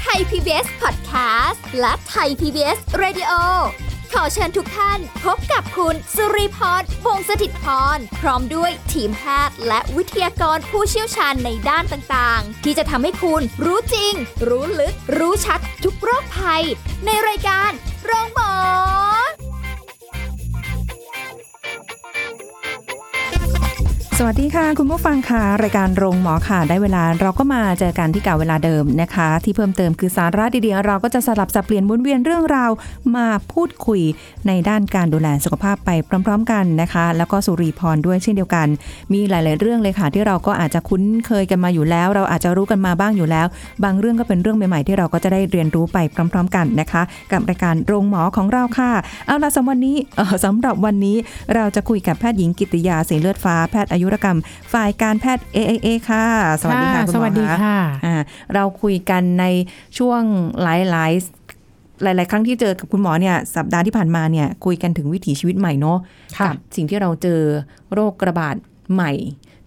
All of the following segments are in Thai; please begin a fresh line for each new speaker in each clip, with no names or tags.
ไทย PBS Podcast และไทย PBS Radio ขอเชิญทุกท่านพบกับคุณสุริพรวงศสถิตพร พร้อมด้วยทีมแพทย์และวิทยากรผู้เชี่ยวชาญในด้านต่างๆ ที่จะทำให้คุณรู้จริง รู้ลึก รู้ชัดทุกโรคภัย ในรายการโรงพยาบาล
สวัสดีค่ะ คุณผู้ฟังค่ะรายการโรงหมอค่ะ ได้เวลาเราก็มาเจอกันที่เก่าเวลาเดิมนะคะ ที่เพิ่มเติมคือสาระดีๆ เราก็จะสลับสับเปลี่ยนหมุนเวียนเรื่องราวมาพูดคุยในด้านการดูแลสุขภาพไปพร้อม ๆ กันนะคะ แล้วก็สุริพรด้วยเช่นเดียวกัน มีหลาย ๆ เรื่องเลยค่ะ ที่เราก็อาจจะคุ้นเคยกันมาอยู่แล้ว เราอาจจะรู้กันมาบ้างอยู่แล้ว บางเรื่องก็เป็นเรื่องใหม่ ๆ ที่เราก็จะได้เรียนรู้ไปพร้อม ๆ กันนะคะ กับรายการโรงหมอของเราค่ะ เอาล่ะสำหรับวันนี้ เอ่อสำหรับวันนี้เราจะคุยกับแพทย์หญิงกิติยาสีเลือดฟ้าแพทย์อายุรกรรม ฝ่ายการแพทย์ AAA ค่ะ สวัสดีค่ะคุณหมอ
สวัสดี
ค่ะ
ค่ะ
อ่าเราคุยกันในช่วงหลายหลายๆหลาย ๆ ครั้งที่เจอกับคุณหมอเนี่ยสัปดาห์ที่ผ่านมาเนี่ยคุยกันถึงวิถีชีวิตใหม่เนาะ
ค่ะ
กับสิ่งที่เราเจอโรคระบาดใหม่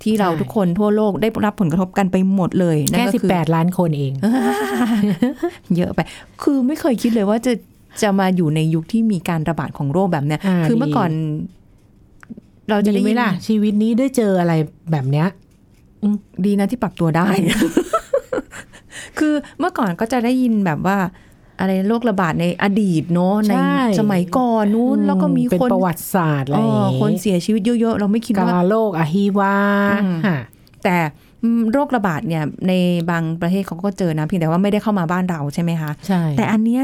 ที่เรา
ใช่
ทุกคนทั่วโลกได้รับผลกระทบกันไปหมดเลยนั่น
แค่
ก็
สิบ
คือ
แปดล้านคนเอง
เยอะไป คือไม่เคยคิดเลยว่าจะจะมาอยู่ในยุคที่มีการระบาดของโรคแบบเนี้ย
อ่า
คือเมื่อ
ดี
ก่อน เราจะ
ดี
ได้
ไหม
ยิน
ล่ะ ชีวิตนี้ได้เจออะไรแบบเนี้ย
ดีนะที่ปรับตัวได้ คือเมื่อก่อนก็จะได้ยินแบบว่า อะไรโรคระบาดในอดีตเนาะใน
ใช่
สมัยก่อนนู้นแล้วก็มี
เป็น
คน
ประวัติศาสตร์อะไร
เอ
อย่าง
อคน
งี้
เสียชีวิตเยอะๆเราไม่คิด
กา
ว่า
ลาโลกอะฮีวา
อืม
ค่ะ
แต่อืมโรคระบาดเนี่ยในบางประเทศเขาก็เจอนะเพียงแต่ว่าไม่ได้เข้ามาบ้านเราใช่ไหมคะ
ใช่
แต่อันเนี้ย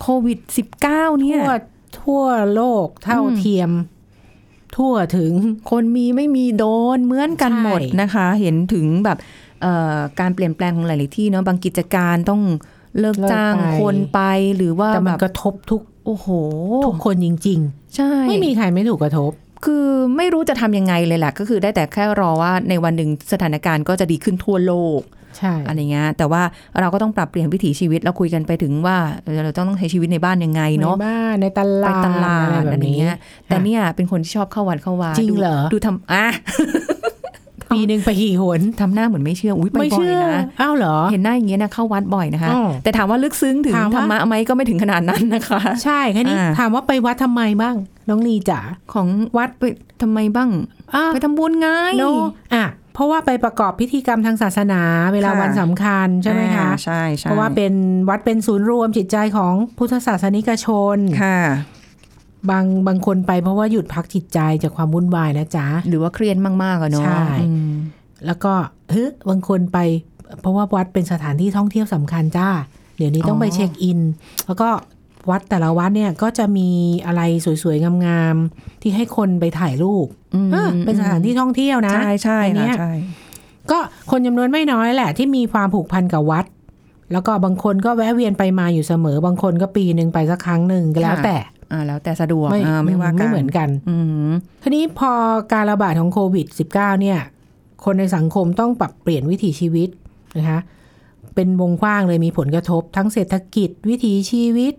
โควิด -19 เนี่ย
ทั่วทั่วโลกเท่า
อืม
เทียม ทั่วถึง
คนมีไม่มีโดนเหมือนกัน
ใช่
หมดนะคะ เห็นถึงแบบเอ่อการเปลี่ยนแปลงของหลาย ๆ ที่เนาะบางกิจการต้องเลิกจ้างคนไปหรือว่า
แต่มั
แบ
น
บ
กระทบทุก
โอ้โห
ทุกคนจริง
ใช่
ๆ ไม่มีใครไม่ถูกกระทบ
คือไม่รู้จะทำยังไงเลยแหละก็คือได้แต่แค่รอว่าในวันหนึ่งสถานการณ์ก็จะดีขึ้นทั่วโลก
ใช่
อะไรเงี้ยแต่ว่าเราก็ต้องปรับเปลี่ยนวิถีชีวิตเราคุยกันไปถึงว่าเอ่อเราต้องใช้ชีวิตในบ้านยังไงเนาะ
ในบ้านในต
ไป
ลาด
ตลา
อะ
ด
ไรแบ
อะไร
บนี้
เงี้ยแต่เนี่ยเป็นคนที่ชอบเข้าวัดเข้าวา
จริง
ดู
เหรอ
ดูทำอ่ะ
ปีหนึ่งไปกี่หน
ทำหน้าเหมือนไม่เชื่ออุ้ยไป
ไม่
บ่อย
เชื่อ
นะ
อ้าวเหรอ
เห็นหน้าอย่างเงี้ยนะเข้าวัดบ่อยนะคะ
อ้าว
แต่ถามว่าลึกซึ้งถึง
ถาม
ธร
ว่า
รมะไหมก็ไม่ถึงขนาดนั้นนะคะ
ใช่แค่นี้
อ่า
ถามว่าไปวัดทำไมบ้าง น้องลีจ๋า
ของ
วัด
ไปทำไมบ้าง
อ้าว
ไปทำบุญไง
โนอ่ะเพราะว่าไปประกอบพิธีกรรมทางศาสนา เวลา
ค่ะ
วันสำคัญใช่ไหม
อ่า
คะ
ใช่ใช่
เพราะว่าเป็นวัดเป็นศูนย์รวมจิตใจของพุทธศาสนิกชน
ค่ะ
บางบางคนไปเพราะว่าหยุดพักจิตใจจากความวุ่นวายนะจ๊ะ
หรือว่าเครียดมากๆอะเนาะ
ใช่
อืม
แล้วก็เฮ้ยบางคนไป เพราะว่าวัดเป็นสถานที่ท่องเที่ยวสำคัญจ้า เดี๋ยวนี้ต้องไปเช็คอิน แล้วก็วัดแต่ละวัดเนี่ยก็จะมีอะไรสวยๆงามๆที่ให้คนไปถ่ายรูป
อืม
เออเป็นสถานที่ท่องเที่ยวนะ
ใช่ใช่
อัน
ค่ะ
เนี้ย
ใช่
ก็คนจำนวนไม่น้อยแหละที่มีความผูกพันกับวัด แล้วก็บางคนก็แวะเวียนไปมาอยู่เสมอ บางคนก็ปีหนึ่งไปสักครั้งหนึ่งก็แล้ว
ค่ะ
แต่
อ่าแล้วแต่สะดวกอ่าไม่ว่ากั
ไม่
น
เหมือนกัน
อืม
ทีนี้พอการระบาดของโควิด -19 เนี่ย คนในสังคมต้องปรับเปลี่ยนวิถีชีวิตนะคะ เป็นวงกว้างเลยมีผลกระทบ ทั้งเศรษฐกิจ วิถีชีวิต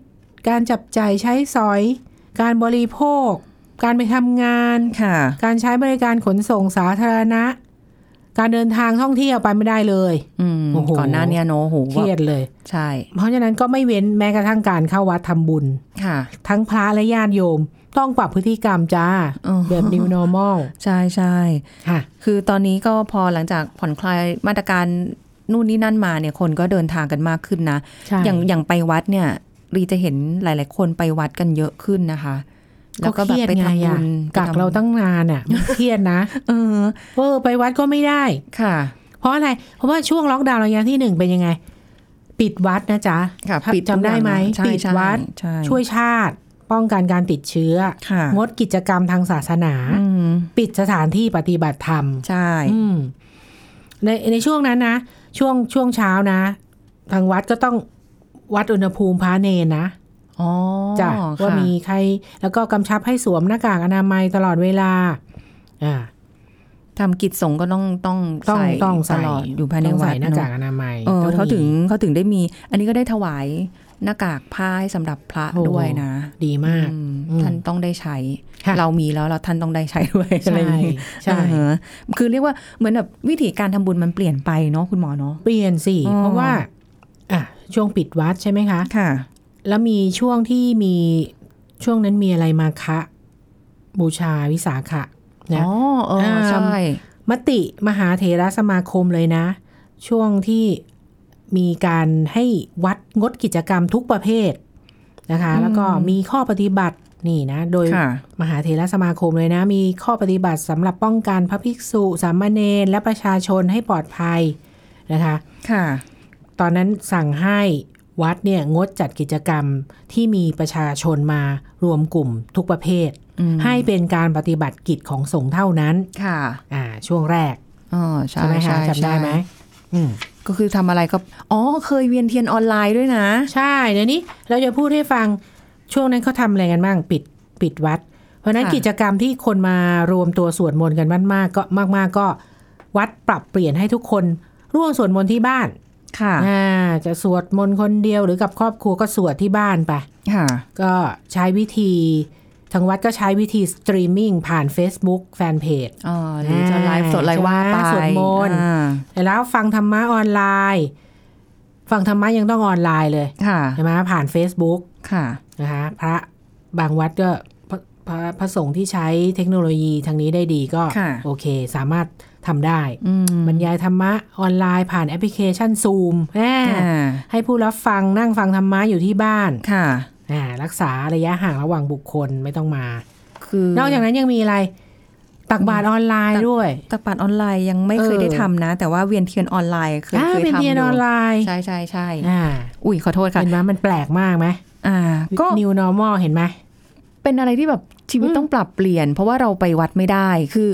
การจับใจ่ายใช้สอย การบริโภค การไปทำงาน
ค่ะ
การใช้บริการขนส่งสาธารณะ การเดินทางท่องเที่ยวไปไม่ได้เลย
อืม
โอ้โห
ก่อนหน้าเนี้ยเนอะโอ้โห
เครียดเลย
ใช่
เพราะฉะนั้นก็ไม่เว้นแม้กระทั่งการเข้าวัดทำบุญ
ค่ะ
ทั้งพระและญาติโยม ต้องปรับพฤติกรรมจ้า
อ๋อ
แบบ new normal
ใช่ใช่
ค่ะ
คือตอนนี้ก็พอหลังจากผ่อนคลายมาตรการนู่นนี่นั่นมาเนี่ยคนก็เดินทางกันมากขึ้นนะ
ใช่
อย่างอย่างไปวัดเนี่ยรีจะเห็นหลาย ๆ คนไปวัดกันเยอะขึ้นนะคะ แล้วก็แบบไปทำบุญไป
กัก
ทำ
เราตั้งนาน อ่ะมันเครียดนะ
เออ
เออไปวัดก็ไม่ได้
ค่ะ
เพราะอะไร เพราะว่าช่วงล็อกดาวน์ระยะที่หนึ่งเป็นยังไง ปิดวัดนะจ๊ะ
ค่ะ
ถ้า
ปิด
จำได้ไหม
ทุกอย่างนะใช่
ปิดวัด
ใช่ใช่
ช่วยชาติ ป้องกันการติดเชื้อ
ค่ะ
งดกิจกรรมทางศาสนา
อืม
ปิดสถานที่ปฏิบัติธรรม
ใช่
อืมในในช่วงนั้นนะ ช่วงช่วงเช้านะ ทางวัดก็ต้องวัดอุณหภูมิพระเนนนะ
อ๋อ
จ้ะว่า
ค่ะ
มีใคร แล้วก็กำชับให้สวมหน้ากากอนามัยตลอดเวลา อ่า
ทำกิจสงฆ์ก็ต้องต้อง
ต้อง
ใส่
ต้อง
ต
ใส่
ลอดอยู่ภายใน
ต้อง
วั
ใส่
ด
หน้ากา
เอะ
กอนามัย
เออ
ต้อง
เขาถึง
มี
เขาถึงได้มี อันนี้ก็ได้ถวาย หน้ากากผ้าให้สำหรับพระ
โอ้
ด้วยนะ
ดีมาก
อืม
อืม
ท่านต้องได้ใช้
ค่ะ
เรามีแล้วเราท่านต้องได้ใช้ด้วย
ใช่
อะไรอย่างงี้
ใช่
อ่าฮะคือเรียกว่าเหมือนแบบวิธีการทำบุญมันเปลี่ยนไปเนาะคุณหมอเนาะ
เปลี่ยนสิ
อ๋อ
เพราะว่าอ่ะช่วงปิดวัดใช่ไหมคะ
ค่ะ
แล้วมีช่วงที่มีช่วงนั้นมีอะไรมาคะ บูชาวิสาขะนะ
อ๋อเอออา ใช่
มติมหาเถระสมาคมเลยนะ ช่วงที่มีการให้วัดงดกิจกรรมทุกประเภทนะคะ
อืม
แล้วก็มีข้อปฏิบัตินี่นะ โดย
ค่ะ
มหาเถระสมาคมเลยนะ มีข้อปฏิบัติสำหรับป้องกันพระภิกษุ สามเณรและประชาชนให้ปลอดภัยนะคะ
ค่ะ
ตอนนั้นสั่งให้วัดเนี่ยงดจัดกิจกรรมที่มีประชาชนมารวมกลุ่มทุกประเภท
อืม
ให้เป็นการปฏิบัติกิจของสงฆ์เท่านั้น
ค่ะ
อ่า ช่วงแรก
อ๋อใช่
ใช่ไหมคะ
ใช่
จำได้ไหม
ใช่
อืม
ก็คือทำอะไรก็ อ๋อ เคยเวียนเทียนออนไลน์ด้วยนะ
ใช่เดี๋ยวนี้เราจะพูดให้ฟังช่วงนั้นเขาทำอะไรกันบ้างปิดปิดวัด เพราะฉะนั้น
ค่ะ
กิจกรรมที่คนมารวมตัวสวดมนต์กันมากๆก็มาก ๆ ก็วัดปรับเปลี่ยนให้ทุกคนร่วมสวดมนต์ที่บ้าน
ค่ะ
อ่าจะสวดมนต์คนเดียวหรือกับครอบครัวก็สวดที่บ้านไป
ค่ะ
ก็ใช้วิธีทางวัดก็ใช้วิธีสตรีมมิ่งผ่าน Facebook แฟนเพจ
อ๋อหรือจะไลฟ์สดอะไรว่าไป
ใช่ไหมสวดมนต์
อ่า
แล้วฟังธรรมะออนไลน์ ฟังธรรมะยังต้องออนไลน์เลย
ค่ะ
ใช่ไหมผ่าน Facebook
ค่ะ
นะคะพระบางวัดก็พระพระพระสงฆ์ที่ใช้เทคโนโลยีทางนี้ได้ดีก็
ค่ะ
โอเค สามารถทำได้
อืม
บรรยายธรรมะออนไลน์ผ่านแอปพลิเคชัน Zoom แหม่
อ่า
ให้ผู้รับฟังนั่งฟังธรรมะอยู่ที่บ้าน
ค่ะ
อ่ารักษาระยะห่างระหว่างบุคคลไม่ต้องมา
คือน
อกจากนั้นยังมีอะไร ตักบาตรออนไลน์ด้วย
ตักบาตรออนไลน์ยังไม่เคย
เออ
ได้ทำนะ แต่ว่าเวียนเทียนออนไลน์เคย
อ่า
เคย
เป็น
ทำอ
เรียนออนไลน์
ใช่ใช่ใช่
อ่า
อุ้ยขอโทษค่ะ
เห็นไหมมันแปลกมากไหม
อ่า ก็
new normal เห็นไหม
เป็นอะไรที่แบบชีวิต
อืม
ต้องปรับเปลี่ยน เพราะว่าเราไปวัดไม่ได้ คือ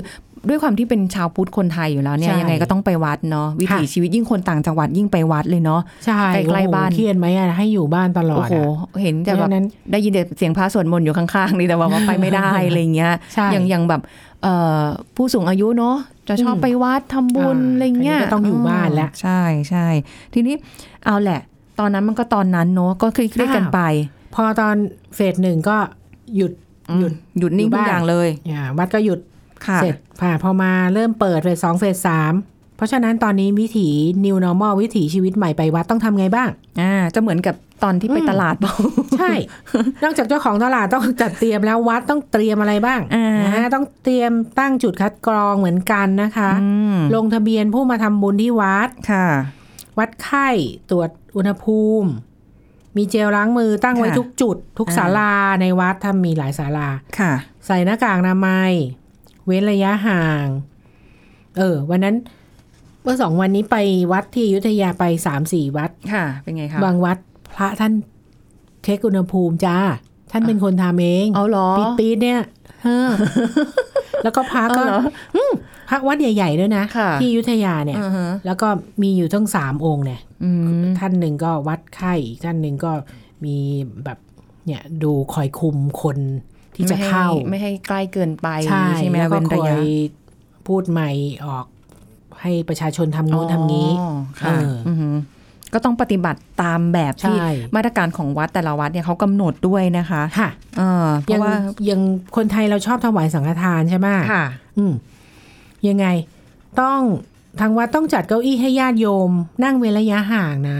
ด้วยความที่เป็นชาวพุทธคนไทยอยู่แล้วเนี่ย
ใช่
ยังไงก็ต้องไปวัดเนาะวิถี
ค่ะ
ชีวิตยิ่งคนต่างจังหวัดยิ่งไปวัดเลยเนาะ
ใช่
ใกล้ๆ
โอ้โห
บ้าน
เครียดไหมอะให้อยู่บ้านตลอด
โอ้โห เห็นแต่
แต่
แบบ
นั้น
ได้ยินแต่เสียงพระสวดมนต์อยู่ข้างๆนี่แต่ว่าว่าไปไม่ได้ อะไรอย่างเงี้ย
ใช่
อย่างอย่างแบบเอ่อผู้สูงอายุเนาะจะชอบ
อืม
ไปวัดทำบุญ
อ่า
อะไรเงี้ย
คราวนี้ก็ต้องอยู่บ้านแล้ว
ใช่ใช่ทีนี้เอาแหละ ตอนนั้นมันก็ตอนนั้นเนาะก็คลิกเรียกกัน
อ้าว
ไป
พอตอนเฟสหนึ่งก็หยุด
อืม
หยุด
หยุดนิ่ง
อยู่
ทุก
บ้าน
อย่างเลย
อ่าวัดก็หยุด
ค่ะ
เสร็จค่ะพอมาเริ่มเปิดเฟสสองเฟสสามเพราะฉะนั้นตอนนี้วิถี new normal วิถีชีวิตใหม่ไปวัดต้องทำไงบ้าง
อ่าจะเหมือนกับตอนที่ไป
อืม
ตลาดเปล่า
ใช่ นอกจากเจ้าของตลาดต้องจัดเตรียมแล้ววัดต้องเตรียมอะไรบ้าง
อ่า
อ่าต้องเตรียมตั้งจุดคัดกรองเหมือนกันนะคะ
อืม
ลงทะเบียนผู้มาทำบุญที่วัด
ค่ะ
วัดไข้ตรวจอุณหภูมิ มีเจลล้างมือตั้งไว้
ค่ะ
ทุกจุด ทุก
อ่า
ศาลาในวัดถ้ามีหลายศาลา
ค่ะ
ใส่หน้ากากอนามัย เว้นระยะห่าง เออ วันนั้นเมื่อสองวันนี้ไปวัดที่อยุธยาไปสามสี่วัด
ค่ะเป็นไงคะ
บางวัดพระท่านเช็คอุณหภูมิจ้า ท่านเป็นคนทำเอง
เอาเหรอ
ปีดปีดเนี่ยเออ แล้วก็พระ
เอา
ก็
เหรอ
พระวัดใหญ่ๆด้วยนะ
ค่ะ
ที่อยุธยาเนี่ย
อ่าฮะ
แล้วก็มีอยู่ทั้งสามองค์เนี่ย
อืม
ท่านหนึ่งก็วัดไข้อีกท่านหนึ่งก็มีแบบเนี่ยดูคอยคุมคนที่จะเข้า
ไม่ให้ไม่ให้ใกล้เกินไป
ใช่
ใช่ไหม
แล้วก็
เว้น
คอย
ระะ
พูดใหม่ออก ให้ประชาชนทำงู้นทำงี้
อ๋อค่ะ
เอออื
อหือก็ต้องปฏิบัติตามแบบที่
ใช่
มาตรการของวัดแต่ละวัดเนี่ยเขากำหนดด้วยนะคะ
ค่ะ
เออเพ
ยั
ราะ
ง
ว่า
ยังคนไทยเราชอบถวายสังฆทานใช่ไหม
ค่ะ
อืมยังไงต้องทางวัดต้องจัดเก้าอี้ให้ญาติโยม นั่งเว้นระยะห่างนะ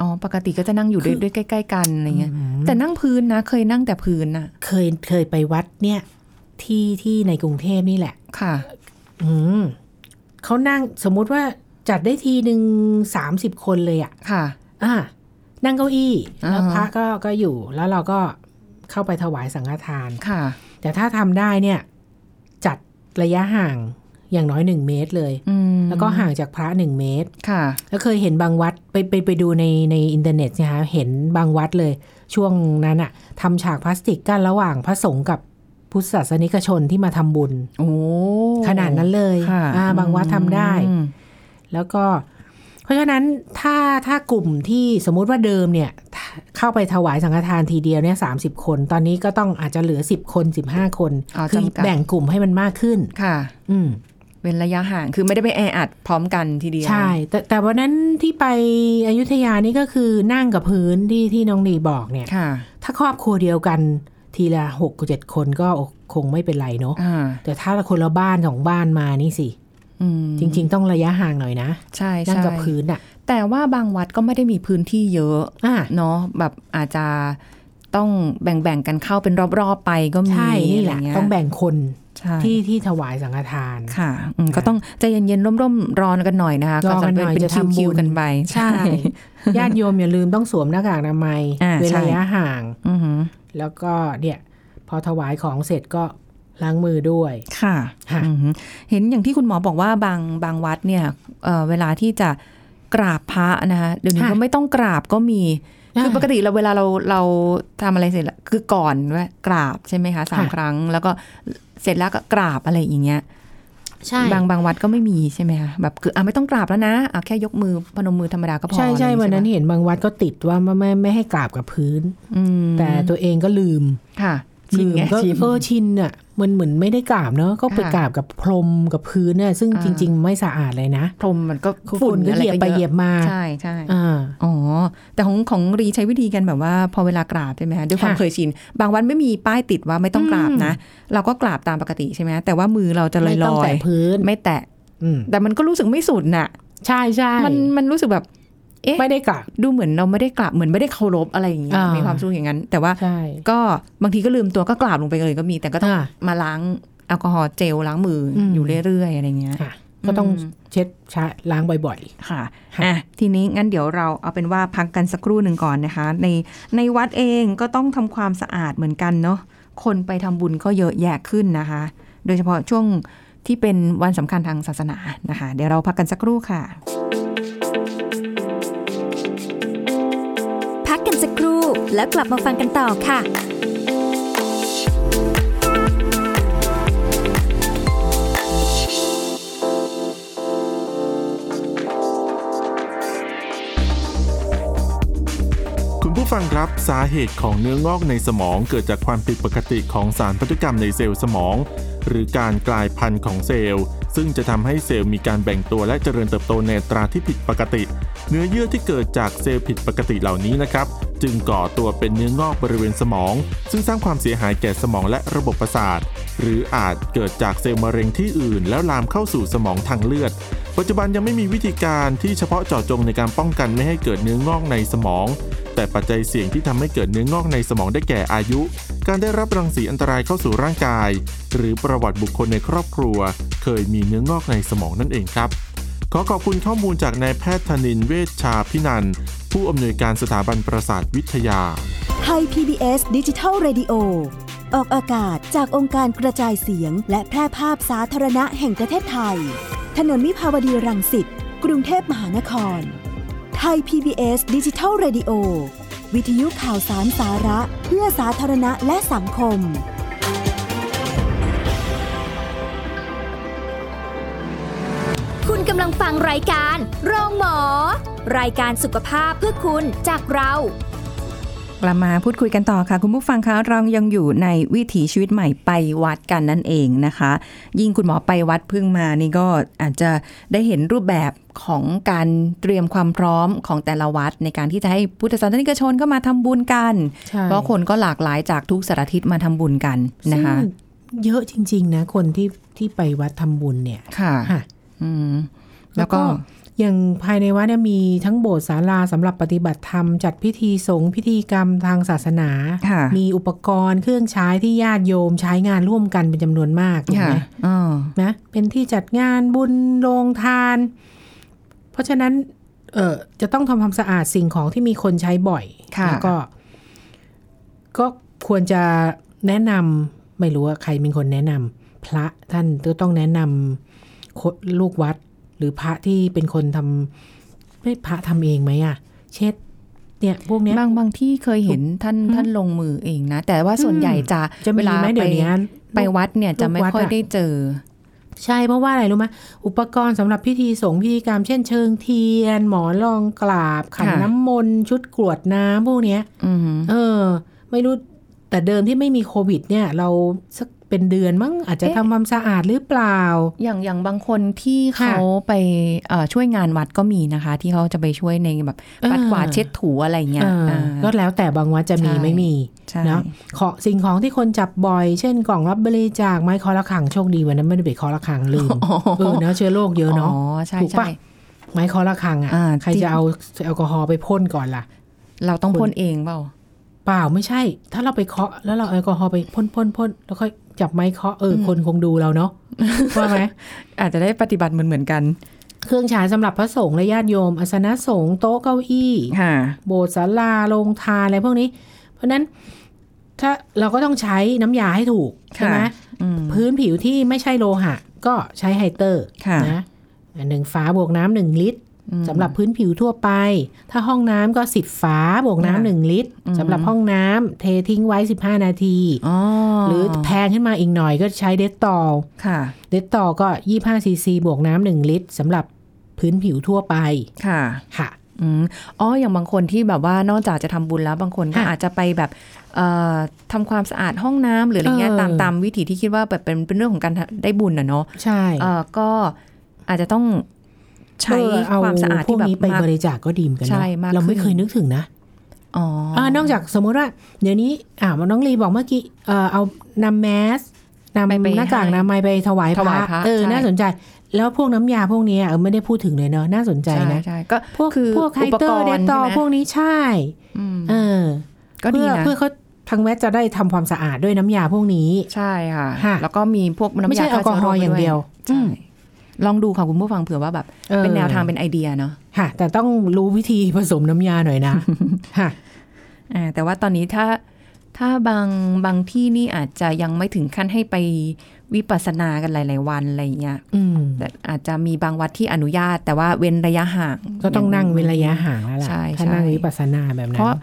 อ๋อ ปกติก็จะนั่งอยู่ด้วยด้วยใกล้ ๆ กันอะไรเงี้ย แต่นั่งพื้นนะ เคยนั่งแต่พื้นน่ะ
เคยเคยไปวัดเนี่ยที่ที่ในกรุงเทพนี่แหละ
ค่ะ
อืมเขานั่งสมมุติว่าจัดได้ทีหนึ่งสามสิบคนเลยอะ
ค่ะ
อ่ะนั่งเก้าอี้ แล้ว
อ่าฮะ
พระก็ก็อยู่ แล้วเราก็เข้าไปถวายสังฆทาน
ค่ะ
แต่ถ้าทำได้เนี่ย จัดระยะห่างอย่างน้อยหนึ่งเมตรเลย
อืม
แล้วก็ห่างจากพระหนึ่งเมตร
ค่ะ
แล้วเคยเห็นบางวัดไปไปไปดูในในอินเทอร์เน็ตนะคะเห็นบางวัดเลย ช่วงนั้นอะทำฉากพลาสติกกั้นระหว่างพระสงฆ์กับพุทธศาสนิกชนที่มาทำบุญ
โอ้
ขนาดนั้นเลย
ค่ะ
อ่าบางวัดทำได้
อืม
แล้วก็ เพราะฉะนั้นถ้าถ้ากลุ่มที่สมมุติว่าเดิมเนี่ยถ้าเข้าไปถวายสังฆทานทีเดียวเนี่ยสาคน ตอนนี้ก็ต้องอาจจะเหลือ 10 คน 15 คน
อ๋อ
คือ
จำกัด
แบ่งกลุ่มให้มันมากขึ้น
ค่ะ
อืม
เป็นระยะห่างคือไม่ได้ไปแออัดพร้อมกันทีเดียว
ใช่ แต่แต่วันนั้นที่ไปอยุธยานี่ก็คือนั่งกับพื้นที่ที่น้องดีบอกเนี่ย
ค่ะ
ถ้าครอบครัวเดียวกันทีละหกเจ็ดคนก็คงไม่เป็นไรเนาะ
อ่า
แต่ถ้าคนละบ้านสองบ้านมานี่สิ
อืม
จริง ๆ ต้องระยะห่างหน่อยนะ
ใช่
นั่ง
ใช่
กับพื้นอ่ะ
แต่ว่าบางวัดก็ไม่ได้มีพื้นที่เยอะ
อ่ะ
เนาะแบบอาจจะต้องแบ่งๆกันเข้าเป็นรอบๆไปก็มี
ใช่นี่
อะ
แห
ไร
ละ
เงี้ย
ต้องแบ่งคน
ใช่
ที่ที่ถวายสังฆทาน
ค่ะอืมก็ต้องใจเย็นๆร่มๆรอนกันหน่อยนะคะ
รอกันหน่อย
เป็
จะทำบุญ
คิวๆกันไป
ญาติโยมอย่าลืมต้องสวมหน้ากากอนามัย
อ่า
เว้น
ใช่
ระยะห่าง
อือหือ
แล้วก็เนี่ยพอถวายของเสร็จก็ล้างมือด้วย
ค่ะ
ค่ะ
อือหือเห็นอย่างที่คุณหมอบอกว่าบางบางวัดเนี่ยเอ่อเวลาที่จะกราบพระนะคะเดี๋ยวนี้ก็ไม่ต้องกราบก็มี คือปกติเราเวลาเราเราทำอะไรเสร็จแล้วคือก่อนว่ากราบใช่ไหมคะสาม
ค่ะ
ครั้ง แล้วก็เสร็จแล้วก็กราบอะไรอย่างเงี้ย
ใช่
บางบางวัดก็ไม่มีใช่ไหมคะแบบคืออ่ะไม่ต้องกราบแล้วนะเอาแค่ยกมือพนมมือธรรมดาก็พอ
ใช่ใช่
อะไรอย่างงี้
วันนั้น
ใช่ปะ
เห็นบางวัดก็ติดว่าไม่ไม่ไม่ให้กราบกับพื้น
อืม
แต่ตัวเองก็ลืม
ค่ะชิน
ลืม
ไง
ก็
ชิน
เออชินอ่ะมันเหมือนไม่ได้กราบเนอะก็ไป
ค่ะ
กราบกับพรมกับพื้นเนี่ยซึ่ง
อ่า
จริง ๆ ไม่สะอาดเลยนะ
พรมมันก็
ฝุ่นก็เหยียบไปเหยียบมา
ใช่ใช่
อ่า
อ๋อแต่ของของรีใช้วิธีกันแบบว่า พอเวลากราบใช่ไหมคะด้วยความ
ค่ะ
เคยชิน บางวันไม่มีป้ายติดว่าไม่ต้องกราบ
อืม
นะ เราก็กราบตามปกติใช่ไหมแต่ว่ามือเราจะลอย
ไม่
ล
ต้อง
อย
แตะพื้น
ไม่แตะ
อืม
แต่มันก็รู้สึกไม่สุดน่ะ
ใช่ใช่
มันมันรู้สึกแบบ เอ๊ะ
ไม่ได้กลัก
ดูเหมือนเราไม่ได้กราบเหมือนไม่ได้เคารพอะไรอย่างเงี้ย
อ่ามี
มีความรู้สึกอย่างนั้น แต่ว่า
ใช่
ก็บางทีก็ลืมตัวก็กราบลงไปเลยก็มีแต่ก็ต้อง
อ่า
มาล้างแอลกอฮอล์เจลล้างมืออ
ม
อยู่เรื่อยๆอะไรเงี้ย
ค่ะ ก็ต้อง
อืม
เช็ดชะล้างบ่อย
ค่ะ
ค่ะ
อ่ะทีนี้งั้นเดี๋ยวเราเอาเป็นว่าพักกันสักครู่หนึ่งก่อนนะคะ ในในวัดเองก็ต้องทำความสะอาดเหมือนกันเนาะคนไปทำบุญก็เยอะแยะขึ้นนะคะ โดยเฉพาะช่วงที่เป็นวันสำคัญทางศาสนานะคะ เดี๋ยวเราพักกันสักครู่ค่ะ
พักกันสักครู่แล้วกลับมาฟังกันต่อค่ะ
คุณผู้ฟังครับสาเหตุของเนื้องอกในสมองเกิดจากความผิดปกติของสารพันธุกรรมในเซลล์สมอง หรือการกลายพันธุ์ของเซลล์ ซึ่งจะทำให้เซลล์มีการแบ่งตัวและเจริญเติบโตในอัตราที่ผิดปกติ เนื้อเยื่อที่เกิดจากเซลล์ผิดปกติเหล่านี้นะครับ จึงก่อตัวเป็นเนื้องอกบริเวณสมอง ซึ่งสร้างความเสียหายแก่สมองและระบบประสาท หรืออาจเกิดจากเซลล์มะเร็งที่อื่น แล้วลามเข้าสู่สมองทางเลือด ปัจจุบันยังไม่มีวิธีการที่เฉพาะเจาะจงในการป้องกันไม่ให้เกิดเนื้องอกในสมอง แต่ปัจจัยเสี่ยงที่ทำให้เกิดเนื้องอกในสมองได้แก่อายุ การได้รับรังสีอันตรายเข้าสู่ร่างกาย หรือประวัติบุคคลในครอบครัว เคยมีเนื้องอกในสมองนั่นเองครับ ขอขอบคุณข้อมูลจากนายแพทย์ธนินเวชชาพินันท์ผู้อำนวยการสถาบันประสาทวิทยา
ไทย PBS ดิจิทัล Radio ออกอากาศจากองค์การกระจายเสียง และแพร่ภาพสาธารณะแห่งประเทศไทย ถนนมิภาวดีรังสิต กรุงเทพมหานคร ไทย PBS ดิจิทัล Radio วิทยุข่าวสารสาระเพื่อสาธารณะและสังคม
คุณกำลังฟังรายการโรงหมอ รายการสุขภาพเพื่อคุณจากเรา
กลับมาพูดคุยกันต่อค่ะ คุณผู้ฟังคะเรายังอยู่ในวิถีชีวิตใหม่ไปวัดกันนั่นเองนะคะ ยิ่งคุณหมอไปวัดเพิ่งมานี่ก็อาจจะได้เห็นรูปแบบของการเตรียมความพร้อมของแต่ละวัด ในการที่จะให้พุทธศาสนิกชนเข้ามาทำบุญกัน
ๆ ใช่
เพราะคนก็หลากหลายจากทุกสารทิศมาทำบุญกันนะคะ
ซึ่งเยอะจริง ๆ นะ คนที่ที่ไปวัดทำบุญเนี่ย
ค่ะ
ค่ะ
อืมแล้วก็
อย่างภายในวัดเนี่ยมีทั้งโบสถ์ศาลาสำหรับปฏิบัติธรรม จัดพิธีสงฆ์พิธีกรรมทางศาสนา
ค่ะ
มีอุปกรณ์เครื่องใช้ที่ญาติโยมใช้งานร่วมกันเป็นจำนวนมากถูก
ค่ะ
ไหม
อ๋อ
นะเป็นที่จัดงานบุญโรงทาน เพราะฉะนั้นเออจะต้องทำความสะอาดสิ่งของที่มีคนใช้บ่อย
ค่ะ
แล้วก็ ก็ควรจะแนะนำไม่รู้ว่าใครเป็นคนแนะนำพระท่านก็ต้องแนะนำคนลูกวัด หรือพระที่เป็นคนทำไม่พระทำเองไหมอะเช็ด เนี่ย พวกเนี้ย
บางบางที่เคยเห็นท่าน
อืม
ท่านลงมือเองนะ แต่ว่าส่วนใหญ่
อืม
จะ
จะมี
ลา
ไหมเดี๋ยวนี้
ไปวัดเนี่ยจะไม่
ลูกวัด
ค่อย
อะ
ได้เจอ
ใช่เพราะว่าอะไรรู้ไหมอุปกรณ์สำหรับพิธีสงฆ์พิธีกรรม เช่นเชิงเทียน หมอลองกราบ ขัน
ค่ะ
น้ำมนต์ชุดกรวดน้ำพวกเนี้ย
อืม
เออ ไม่รู้แต่เดิมที่ไม่มีโควิด เนี่ย เราสัก เป็นเดือนมั้งอาจจะ
เอ๊ะ
ทำความสะอาดหรือเปล่า
อย่างอย่างบางคนที่
ค่ะ
เขาไปเอ่อช่วยงานวัดก็มีนะคะ ที่เขาจะไปช่วยในแบบปัด
อ่า
กวาดเช็ดถูอะไรเงี้ย
เออ
อ่า
ก็แล้วแต่บางวัดจะมี
ใช่
ไม่มี
ใช่
เนาะขอสิ่งของที่คนจับบ่อย เช่นกล่องรับบริจาคไม้คอระขังโชคดีวันนั้นไม่ได้ไปคอระขังลืม
อ๋อ
เออเนาะเชื้อโรคเยอะเนาะ
อ๋อใช่
ถูกปะ
ใช่
ไม้คอระขังอ่ะ
อ่า
ใคร
จริง
จะเอาแอลกอฮอล์ไปพ่นก่อนล่ะ
เราต้อง
คุณ
พ่นเองเปล่า
เปล่าไม่ใช่ ถ้าเราไปเคาะแล้วเราเอาแอลกอฮอล์ไปพ่นพ่นพ่นแล้วค่อยจับไม้เคาะเอออ
ม
คนคงดูเราเนาะว่าไหม
อาจจะได้ปฏิบัติเหมือนเหมือนกัน
เครื่องใช้สำหรับพระสงฆ์และญาติโยม อาสนะสงฆ์โต๊ะเก้าอี้
ค่ะ
โบสถ์ศาลาโรงทานอะไรพวกนี้ เพราะฉะนั้นถ้าเราก็ต้องใช้น้ำยาให้ถูกใช่ไหม
ค่ะ อืม
พื้นผิวที่ไม่ใช่โลหะ ก็ใช้ไฮเตอร์
ค่ะ
นะหนึ่งฝาบวกน้ำหนึ่งลิตรสำหรับพื้นผิวทั่วไป ถ้าห้องน้ำก็สิบฝาบวกน้ำหนึ่งลิตรสำหรับห้องน้ำเททิ้งไว้ 15 นาที
อ๋อ
หรือแพงขึ้นมาอีกหน่อยก็ใช้เดตตอล
ค่ะ
เดตตอลก็ 25ซีซีบวกน้ำหนึ่งลิตรสำหรับพื้นผิวทั่วไป
ค่ะ
ค่ะ
อืมอ๋ออย่างบางคนที่แบบว่านอกจากจะทำบุญแล้วบางคนก็
ค่ะ
อาจจะไปแบบเอ่อทำความสะอาดห้องน้ำหรืออะไรเงี้ย
เออ
ตามตามวิถีที่คิดว่าแบบเป็นเป็นเรื่องของการได้บุญนะเนาะ
ใช่
เอ่อก็อาจจะต้องใช้
เออเอ
ความสะอาด
พว
ที่
ก
แบบ
นี้ไป
มาก
บริจาคก็ดีเหมือนกัน
ใช่
เนาะ
มาก
เราไม่
ขึ้น
เคยนึกถึงนะ
อ๋ออ
ะนอกจากสมมติว่าเดี๋ยวนี้อ่าน้องลีบอกเมื่อกี้เออเอานำแมส
ไปไป
นำหน้ากากอนามัยไปถวาย
ถ
พ
วา
ระ
ยพระ
เออ
ใช่
น่าสนใจ แล้วพวกน้ำยาพวกเนี้ยเออไม่ได้พูดถึงเลยเนาะน่าสนใจ
ใช่
นะ
ใช่ก็
พวก
คือ
พวกไฮ
อุป
เตอก ร์เด
ร
ต
ณ์
ตอ
ใช่
ล
ไหม
พวกนี้ใช่
อืม
เออ
ก็ดี
เพื่อ
นะ
เพื่อเขาทางแวดจะได้ทำความสะอาดด้วยน้ำยาพวกนี้
ใช่ค่ะ
ค่ะ
แล้วก็มีพวก
ไม่
น้ำยา
ใช่แอลกอฮอล์อย่างเดียว
ใช่ลองดูค่ะคุณผู้ฟังเผื่อว่าแบบ เป็นแนวทางเป็นไอเดียเนาะ
ค่ะ แต่ต้องรู้วิธีผสมน้ำยาหน่อย นะ ค่ะ
อ่าแต่ว่าตอนนี้ถ้าถ้าบางบางที่นี่อาจจะยังไม่ถึงขั้นให้ไปวิปัสสนากันหลาย ๆ วันอะไรอย่างเงี้ย
อืม
แต่อาจจะมีบางวัดที่อนุญาต แต่ว่าเว้นระยะห่าง
ก็ต้องนั่งเว้นระยะห่างแล้วล่ะ
ใช่
ถ้า
ใช่
นั่งวิปัสสนาแบบ
เพ
นั้น
ราะ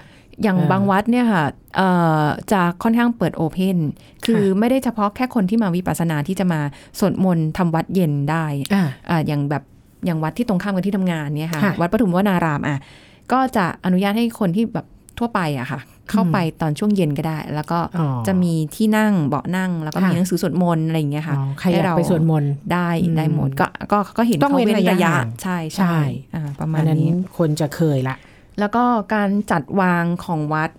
อย่า
เออบ
งางวัดเนี่ยค่ะเอ่อจะค่อนข้างเปิดโอเพนคือไม่ได้เฉพาะแค่คนที่มาวิปัสสนาที่จะมาสวดมนต์ทำวัดเย็นได้
อ่ะ
อ่าอย่างแบบอย่างวัดที่ตรงข้ามกันที่ทำงานเนี่ยค่ะ
ค่ะ
วัดปฐุมวนารามอ่ะก็จะอนุญาตให้คนที่แบบทั่วไปอะค่ะ เข้าไปตอนช่วงเย็นก็ได้ แล้วก็
อ๋อ
จะมีที่นั่งเบาะนั่ง แล้วก็มี
ค่ะ
หนังสือสวดมนต์อะไรอย่างเงี้ยค่ะ
อ๋อใครอยากไปสวดมนต์
ได้
อืม
ได้หมดก็ก็ก็เห็น
ต้อง
ขา
เว้นระยะห่าง
ใช่ใช่
ใช่
อ่าประมา
อั
ณ
นนั้น
นี้
คนจะเคยละ
แล้วก็การจัดวางของวัด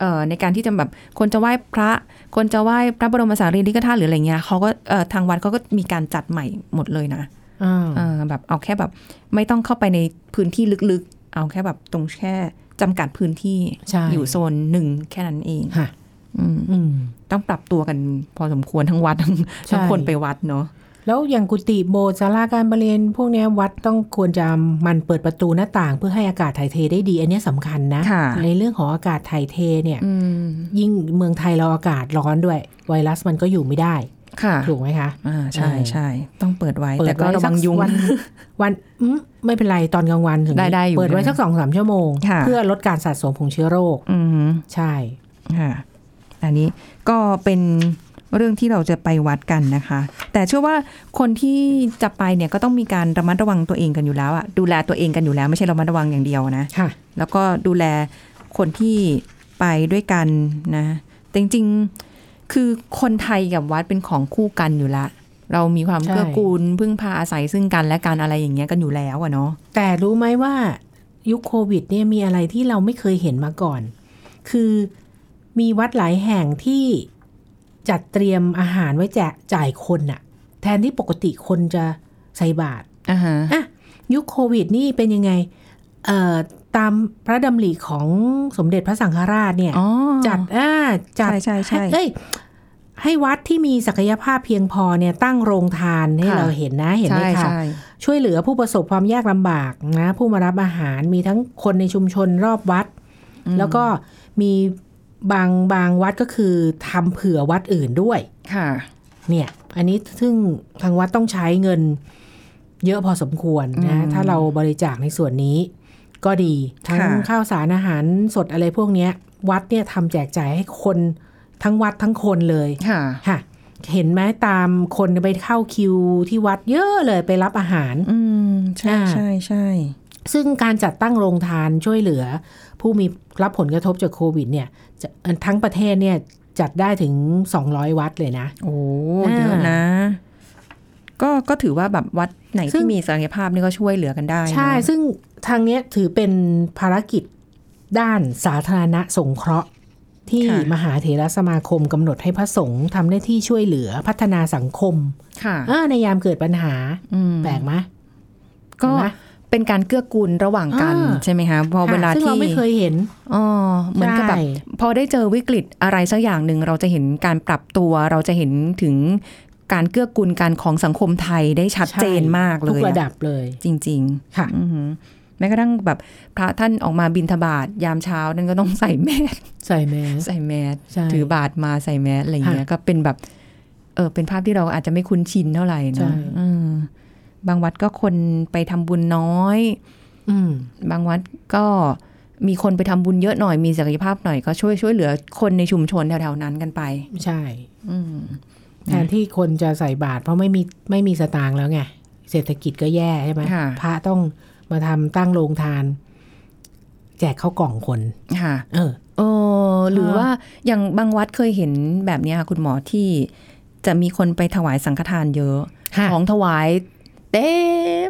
เอ่อในการที่จะแบบคนจะไหว้พระ คนจะไหว้พระบรมสารีริกธาตุหรืออะไรเงี้ยเขาก็เอ่อทางวัดเขาก็มีการจัดใหม่หมดเลยนะ เออแบบเอาแค่แบบไม่ต้องเข้าไปในพื้นที่ลึกๆ เอาแค่แบบตรงแค่จำกัดพื้นที่
ใช่
อยู่โซนหนึ่งแค่นั้นเอง
ค่ะ
อืม
อืม
ต้องปรับตัวกันพอสมควรทั้งวัดทั้ง
ใช่
ทั้งคนไปวัดเนาะ
แล้วอย่างกุฏิโบสถ์ศาลาการประเรียน พวกเนี้ยวัดต้องควรจะหมันเปิดประตูหน้าต่าง เพื่อให้อากาศถ่ายเทได้ดี อันเนี้ยสำคัญนะ
ค่ะ
ในเรื่องของอากาศถ่ายเทเนี่ย
อืม
ยิ่งเมืองไทยเราอากาศร้อนด้วย ไวรัสมันก็อยู่ไม่ได้
ค่ะ
ถูกไหมคะ
อ่าใช่
เออ
ใช่ต้องเปิดไว้
เปิด
แต่ก็
ไว้
ระ
สั
วังยุง
วันวันอืมไม่เป็นไรตอนกลางวันถึง
ได้ได้อยู่
เปิดไว้สักสองสามชั่วโมง
ค่ะ
เพื่อลดการสะสมของเชื้อโรค
อืม
ใช่
ค่ะอันนี้ก็เป็นเรื่องที่เราจะไปวัดกันนะคะ แต่เชื่อว่าคนที่จะไปเนี่ยก็ต้องมีการระมัดระวังตัวเองกันอยู่แล้วอะดูแลตัวเองกันอยู่แล้วไม่ใช่ระมัดระวังอย่างเดียวนะ
ค่ะ
แล้วก็ดูแลคนที่ไปด้วยกันนะแต่จริงๆ คือคนไทยกับวัดเป็นของคู่กันอยู่ละ เรามีความ
ใช่
เกื้อกูลพึ่งพาอาศัยซึ่งกันและกันอะไรอย่างเงี้ยกันอยู่แล้วอะเนาะ
แต่รู้ไหมว่ายุคโควิดเนี่ยมีอะไรที่เราไม่เคยเห็นมาก่อน คือมีวัดหลายแห่งที่จัดเตรียมอาหารไว้แจกจ่ายคนน่ะ แทนที่ปกติคนจะใส่บาตร
อ่าฮะ
อ่ะยุคโควิดนี่เป็นยังไงเอ่อตามพระดำริของสมเด็จพระสังฆราชเนี่ย
อ๋อ
จัดอ่าจัด
ใช่ใช่ใช่
เอ้ยให้วัดที่มีศักยภาพเพียงพอเนี่ยตั้งโรงทานให้
ค่ะ
เราเห็นนะเห็นไหม
ใช่
คะ
ใช่
ช่วยเหลือผู้ประสบความยากลำบากนะผู้มารับอาหารมีทั้งคนในชุมชนรอบวัด
อืม
แล้วก็มีบางบางวัดก็คือทำเผื่อวัดอื่นด้วย
ค่ะ
เนี่ย อันนี้ซึ่งทางวัดต้องใช้เงินเยอะพอสมควรนะ
อืม
ถ้าเราบริจาคในส่วนนี้ก็ดี ทั้ง
ค่ะ
ข้าวสารอาหารสดอะไรพวกเนี้ย วัดเนี่ยทำแจกจ่ายให้คนทั้งวัดทั้งคนเลย
ค่ะ
ค่ะ เห็นไหมตามคนไปเข้าคิวที่วัดเยอะเลยไปรับอาหาร
อืม ใช่
อ่า
ใช่ใช่
ซึ่งการจัดตั้งโรงทานช่วยเหลือ ผู้มีรับผลกระทบจากโควิดเนี่ยจะทั้งประเทศเนี่ย จัดได้ถึง 200 วัดเลยนะ
โอ้
อ่า
เยอะนะ ก็ก็ถือว่าแบบวัดไหน
ซึ่ง
ที่มีศักยภาพนี่ก็ช่วยเหลือกันได้นะ
ใช่ ซึ่งทางเนี้ยถือเป็นภารกิจด้านสาธารณสงเคราะห์ ที่มหาเถรสมาคมกำหนดให้พระสงฆ์ทำหน้าที่ช่วยเหลือพัฒนาสังคม
ค่ะ
เออในยามเกิดปัญหา
อืม
แปลกไหม
ก็
เห็นไหม
เป็นการเกื้อกูลระหว่างกัน
อ่า
ใช่ไหมคะพอเวลา
ซึ่ง
ที่
เราไม่เคยเห็น
อ๋อเหมือนกับแบบ
ใช่
พอได้เจอวิกฤตอะไรสักอย่างหนึ่งเราจะเห็นการปรับตัว เราจะเห็นถึงการเกื้อกูลกันของสังคมไทยได้ชัดเจนมากเลย
ทุกระ
อะ
ดับเลย
จริง
ค่ะ
ๆ อือหือแม้กระทั่งแบบพระท่านออกมาบินทบาทยามเช้านั่นก็ต้องใส่แมส
ใส่แมส
ใส่แมส
ใช่
ถือบาทมาใส่แมสอะไรอย่างเงี้ยก็เป็นแบบ เออเป็นภาพที่เราอาจจะไม่คุ้นชินเท่าไหร่
ใช่
นะอืมบางวัดก็คนไปทำบุญน้อย
อืม
บางวัดก็มีคนไปทำบุญเยอะหน่อยมีศักยภาพหน่อยก็ช่วยช่วยเหลือคนในชุมชนแถวๆนั้นกันไป
ใช่
อืม
แทนที่คนจะใส่บาตรเพราะไม่มีไม่มีสตางค์แล้วไง เศรษฐกิจก็แย่ใช่ไหม
ค่ะ
พระต้องมาทำตั้งโรงทาน แจกข้าวกล่องคน
ค่ะ
เออ
เออหรือ
เออ
ว่าอย่างบางวัดเคยเห็นแบบเนี้ยค่ะคุณหมอที่จะมีคนไปถวายสังฆทานเยอะ
ค่ะ
ของถวายเต็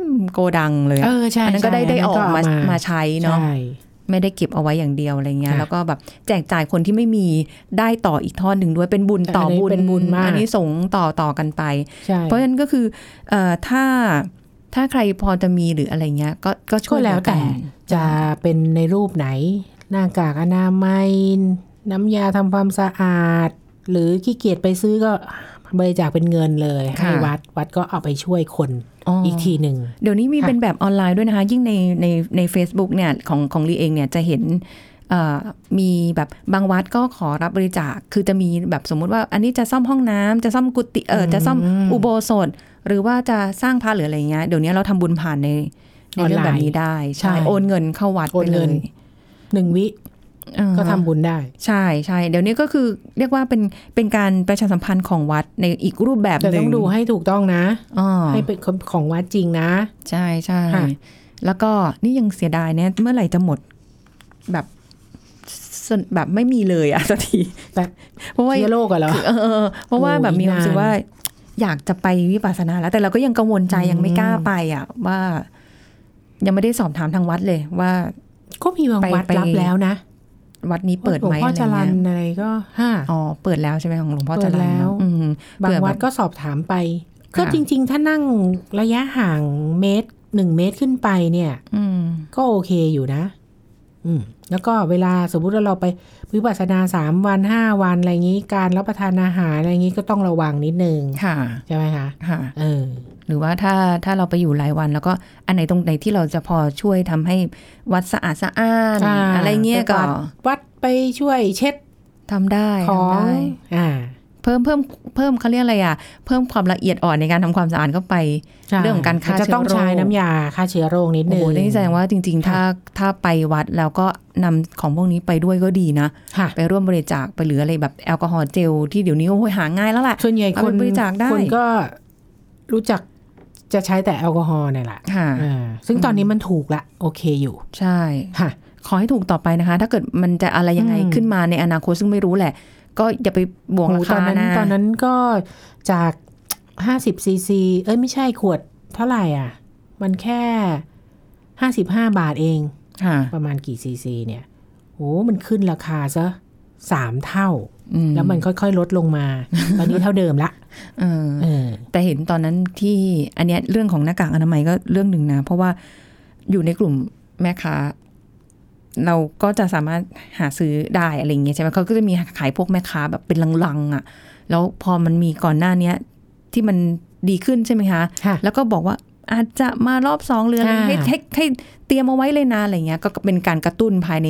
มโกดังเลย
เอ
อะ
อใช่
อันนั้นก็ได้
ใช่
ได้ออกมา
เ
มาใช้เนาะ
ใช่
ไม่ได้เก็บเอาไว้อย่างเดียวอะไรเงี้ย
ค่ะ
แล้วก็แบบแจกจ่ายคนที่ไม่มีได้ต่ออีกทอดหนึ่งด้วยเป็นบุญต่ออน
นี้
บุญ
เป็นบุญมาก
อันนี้สงส์ต่อต่อกันไป
ใช่
เพราะฉะนั้นก็คือเอ่อถ้าถ้าใครพอจะมีหรืออะไรเงี้ยก็ก็ช่
ก็
วยเห
แล้
อ
ว
กั
แต่
น
จะเป็นในรูปไหน หน้ากากอนามัย น้ำยาทำความสะอาด หรือขี้เกียจไปซื้อก็บริจาคเป็นเงินเลย
ค่ะ
ให้วัดวัดก็เอาไปช่วยคนอีกทีหนึ่ง
เดี๋ยวนี้มี
ค่ะ
เป็นแบบออนไลน์ด้วยนะคะ ยิ่งในในใน a c e b o o k เนี่ยของของลีเองเนี่ยจะเห็นเอ่อมีแบบบางวัดก็ขอรับบริจาคคือจะมีแบบสมมุติว่าอันนี้จะซ่อมห้องน้ำจะซ่อมกุฏิเออจะซ่อม
อืม
อุโบสถ หรือว่าจะสร้างพระหรืออะไรเงี้ยเดี๋ยวนี้เราทำบุญผ่านในในเรื่องแบบนี้ได้ใช่
ใช่
โอนเงินเข้าวัด
โอ
ไป
น
เล
เงิ
ย
น หนึ่งวิ
อ่า
ก็ทำบุญได้
ใช่ใช่เดี๋ยวนี้ก็คือเรียกว่าเป็นเป็นการประชาสัมพันธ์ของวัดในอีกรูปแบบห
แต่
นึ่ง
ต้องดูให้ถูกต้องนะ
อ๋อ
ให้เป็นของของวัดจริงนะ
ใช่ใช่
ค่ะ
แล้วก็นี่ยังเสียดายเนี่ยเมื่อไหร่จะหมดแบบสแบบไม่มีเลยอะ สักที
แบบ
เพราะว่า
เชื้อโรคอะเหรอ
เออเออเพราะว่า
โอ้ย
แบบมีความรู้สึก
นาน
ว่า อยากจะไปวิปัสสนาแล้ว แต่เราก็ยังกังวลใจ
อืม
ยังไม่กล้าไปอะว่า ยังไม่ได้สอบถามทางวัดเลย ว่า
ก็มีบาง
ไป
วัด
ไป
รับแล้วนะ
วัดนี้เปิดไหม
หลวงพ่อ
อะไร
จรัน
เงี้ย
อะไรก็ห้า
อ๋อเปิดแล้วใช่ไหมของหลวงพ่อจรั
เปิ
น
ดแล้ว
อืม
บา
เผื่
ง
อแบบ
วัดก็สอบถามไป ก็
ค่ะ
จริง ๆ ถ้านั่งระยะห่างเมตรหนึ่งเมตรขึ้นไปเนี่ย
อืม
ก็โอเคอยู่นะ อืม แล้วก็เวลาสมมุติว่าเราไปวิปัสสนาสามวันห้าวันอะไรอย่างนี้ การรับประทานอาหารอะไรอย่างนี้ก็ต้องระวังนิดนึง
ค่ะ
ใช่ไหมคะ
ค่ะ
เออ
หรือว่าถ้าถ้าเราไปอยู่หลายวัน แล้วก็อันไหนตรงไหนที่เราจะพอช่วยทำให้วัดสะอาดสะอ้าน
อ่า
อะไรเงี้ย
ไปก
ก็
วาด วัดไปช่วยเช็ด
ทำได้
ขอ
ทำ
ง
ได้
อ่า
เพิ่มเพิ่มเพิ่มเขาเรียกอะไรอ่ะ เพิ่มความละเอียดอ่อนในการทำความสะอาดเข้าไป
ใช่
เรื่องของการฆ่า
จะต้อง
เชื้อโรค
ใช้น้ำยาฆ่าเชื้อโรคนิด
โอ้
นึ
โห
ง
นี่แสดงว่าจริง ๆ
ค่ะ
ถ้าถ้าไปวัดแล้วก็นำของพวกนี้ไปด้วยก็ดีนะ
ค่ะ
ไปร่วมบริจาคไปเหลืออะไรแบบแอลกอฮอล์เจลที่เดี๋ยวนี้โอ้ยหาง่ายแล้วแหละ
ส่วนใหญ่คน
เอาไปบริจาคได้
คนก็รู้จักจะใช้แต่แอลกอฮอล์เนี่ยแหละ
ค่ะ
อ่าซึ่งตอนนี้มันถูกละ โอเคอยู่
ใช่
ค่ะ
ขอให้ถูกต่อไปนะคะ ถ้าเกิดมันจะอะไรยังไง
อืม
ขึ้นมาในอนาคตซึ่งไม่รู้แหละ ก็อย่าไปบวกรา
โอ้โหตอ
คาน
นั้น
นะ
ตอนนั้นก็จากห้าสิบซีซีเอ้ยไม่ใช่ขวดเท่าไหร่อ่ะ มันแค่ห้าสิบห้าบาทเอง
ค่ะ
ประมาณกี่ซีซีเนี่ยโอ้มันขึ้นราคาซะสามเท่า
อืม
แล้วมันค่อยๆ ลดลงมา ตอนนี้เท่าเดิมละ
เออ
เออ
แต่เห็นตอนนั้นที่อันเนี้ยเรื่องของหน้ากากอนามัยก็เรื่องหนึ่งนะ เพราะว่าอยู่ในกลุ่มแม่ค้า เราก็จะสามารถหาซื้อได้อะไรอย่างเงี้ยใช่ไหมเขาก็จะมีขายพวกแม่ค้าแบบเป็นลังๆอะ่ะ แล้วพอมันมีก่อนหน้าเนี้ย ที่มันดีขึ้นใช่ไหมคะ
ค่ะ
แล้วก็บอกว่าอาจจะมารอบสองเรืออะไร
อ่า
ให้ให้ให้เตรียมเอาไว้เลยนะอะไรเงี้ย ก็เป็นการกระตุ้นภายใน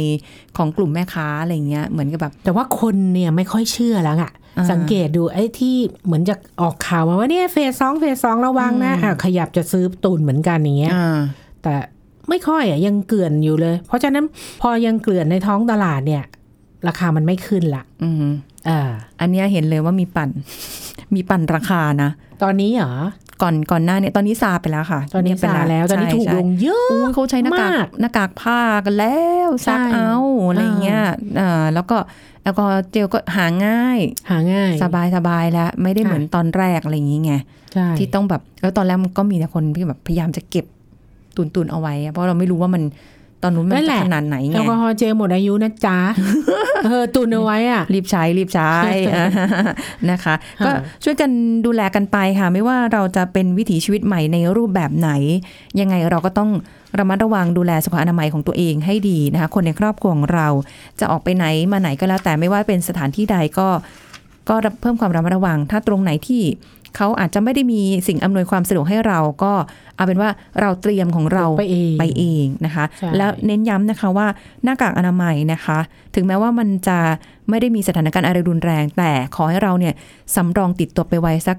ของกลุ่มแม่ค้าอะไรเงี้ยเหมือนกับแบบ
แต่ว่าคนเนี่ยไม่ค่อยเชื่อแล้วอะ
อ่า
สังเกตดูไอ้ที่เหมือนจะออกข่าวมาว่าเนี่ยเฟสสองเฟสสองระวังนะ
อืม
อ่ะขยับจะซื้อตุนเหมือนกันอย่างเงี้ย
อ่า
แต่ไม่ค่อยอ่ะยังเกลื่อนอยู่เลย เพราะฉะนั้นพอยังเกลื่อนในท้องตลาดเนี่ย ราคามันไม่ขึ้นละ
อืม
เออ
อันเนี้ยเห็นเลยว่ามีปั่น มีปั่นราคานะ
ตอนนี้เหรอ
ก่อนก่อนหน้าเนี่ยตอนนี้ซาไปแล้วค่ะ
ตอนนี้
เยบไป
ซาแล้ว ตอนนี้
ใช่
ถูก
ใช่
ลงเยอะ
อู้เขาใช้หน้ากาก
มาก
หน้ากากผ้ากันแล้วซัก
ใช่
เอาอะไร
อ่า
เงี้ยเอ่อแล้วก็แอลกอฮอล์เจลก็หาง่าย
หาง่าย
สบายสบายแล้ว ไม่ได้
ค่ะ
เหมือนตอนแรกอะไรอย่างงี้ไง
ใช่
ที่ต้องแบบแล้วตอนแรกมันก็มีแต่คนที่แบบพยายามจะเก็บตุนตุนๆเอาไว้อะเพราะเราไม่รู้ว่ามันตอนนู้นมัน
นั่นแห
จะ
ละ
ขนาดไหน
แอ
ไง
ลกอฮอล์เจลหมดอายุนะ จ๊ะ เออตุนเอาไว้อ่ะ
รีบใช้รีบ ใช้ นะคะ ก็
ค่ะ
ช่วยกันดูแลกันไปค่ะ ไม่ว่าเราจะเป็นวิถีชีวิตใหม่ในรูปแบบไหน ยังไงเราก็ต้องระมัดระวังดูแลสุขอนามัยของตัวเองให้ดีนะคะ คนในครอบครัวของเราจะออกไปไหนมาไหนก็แล้ว แต่ไม่ว่าเป็นสถานที่ใดก็ก็เพิ่มความระมัดระวัง ถ้าตรงไหนที่เขาอาจจะไม่ได้มีสิ่งอำนวยความสะดวกให้เราก็เอาเป็นว่าเราเตรียมของเรา
ไปเอง
ไปเองนะคะ
ใช่
แล้วเน้นย้ำนะคะว่าหน้ากากอนามัยนะคะ ถึงแม้ว่ามันจะไม่ได้มีสถานการณ์อะไรรุนแรง แต่ขอให้เราเนี่ยสำรองติดตัวไปไว้สัก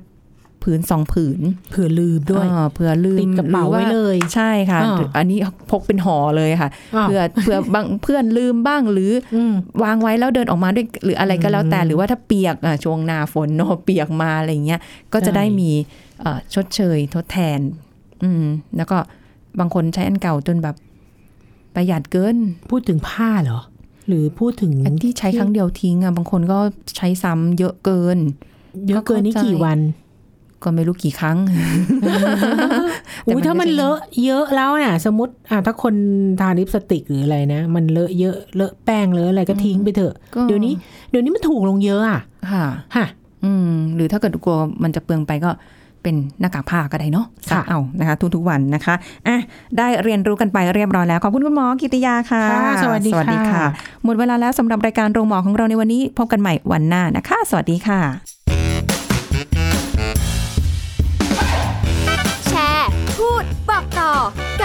ผืนสองผืน
เผื่อลืมด้วย
เออเผื่อลืม
ติดกระเป๋า
หอ
ไว้เลย
ใช่ค่ะ
อ่า
อันนี้พกเป็นห่อเลยค่ะ
าว
เผื่อเผื่อบางเพื่อนลืมบ้างหรือ
ม
วางไว้แล้วเดินออกมาด้วยหรืออะไรก็แล้วแต่
อืม
หรือว่าถ้าเปียกอ่ะช่วงหน้าฝนเนอะเปียกมาอะไรอย่างเงี้ยก็จะ
ใช่
ได้มีเอ่อชดเชยทดแทน อืมแล้วก็บางคนใช้อันเก่าจนแบบประหยัดเกิน
พูดถึงผ้าเหรอ หรือพูดถึง
อันที่ใช้ครั้งเดียวทิ้งอ่ะบางคนก็ใช้ซ้ำเยอะเกิน
เยอะเกินนี่
เข้าใจ
กี่วัน
ก็ไม่รู้กี่ครั้ง แต่
อุ้ยถ้ามัน
ก็จะ
เลอะเยอะแล้วน่ะ สมมติอ่ะถ้าคนทาลิปสติกหรืออะไรนะ มันเลอะเยอะเลอะแป้งเลอะอะไรก็ทิ้งไปเถอะ
ก็
เดี๋ยวนี้เดี๋ยวนี้มันถูกลงเยอะอ่ะ
ค่ะ
ฮะ
อืม หรือถ้าเกิดกลัวมันจะเปลืองไปก็เป็นหน้ากากผ้าก็ได้เนาะซัก
ค่ะ
เอานะคะ ทุกๆวันนะคะอ่ะได้เรียนรู้กันไปเรียบร้อยแล้ว ขอบคุณคุณหมอกิติยาค่ะ
ค่ะสวัสดี
สวัสดีค่ะ
ค่ะ
หมดเวลาแล้วสำหรับรายการโรงหมอของเราในวันนี้ พบกันใหม่วันหน้านะคะ สวัสดีค่ะ
แชร์ พูด บอกต่อ ก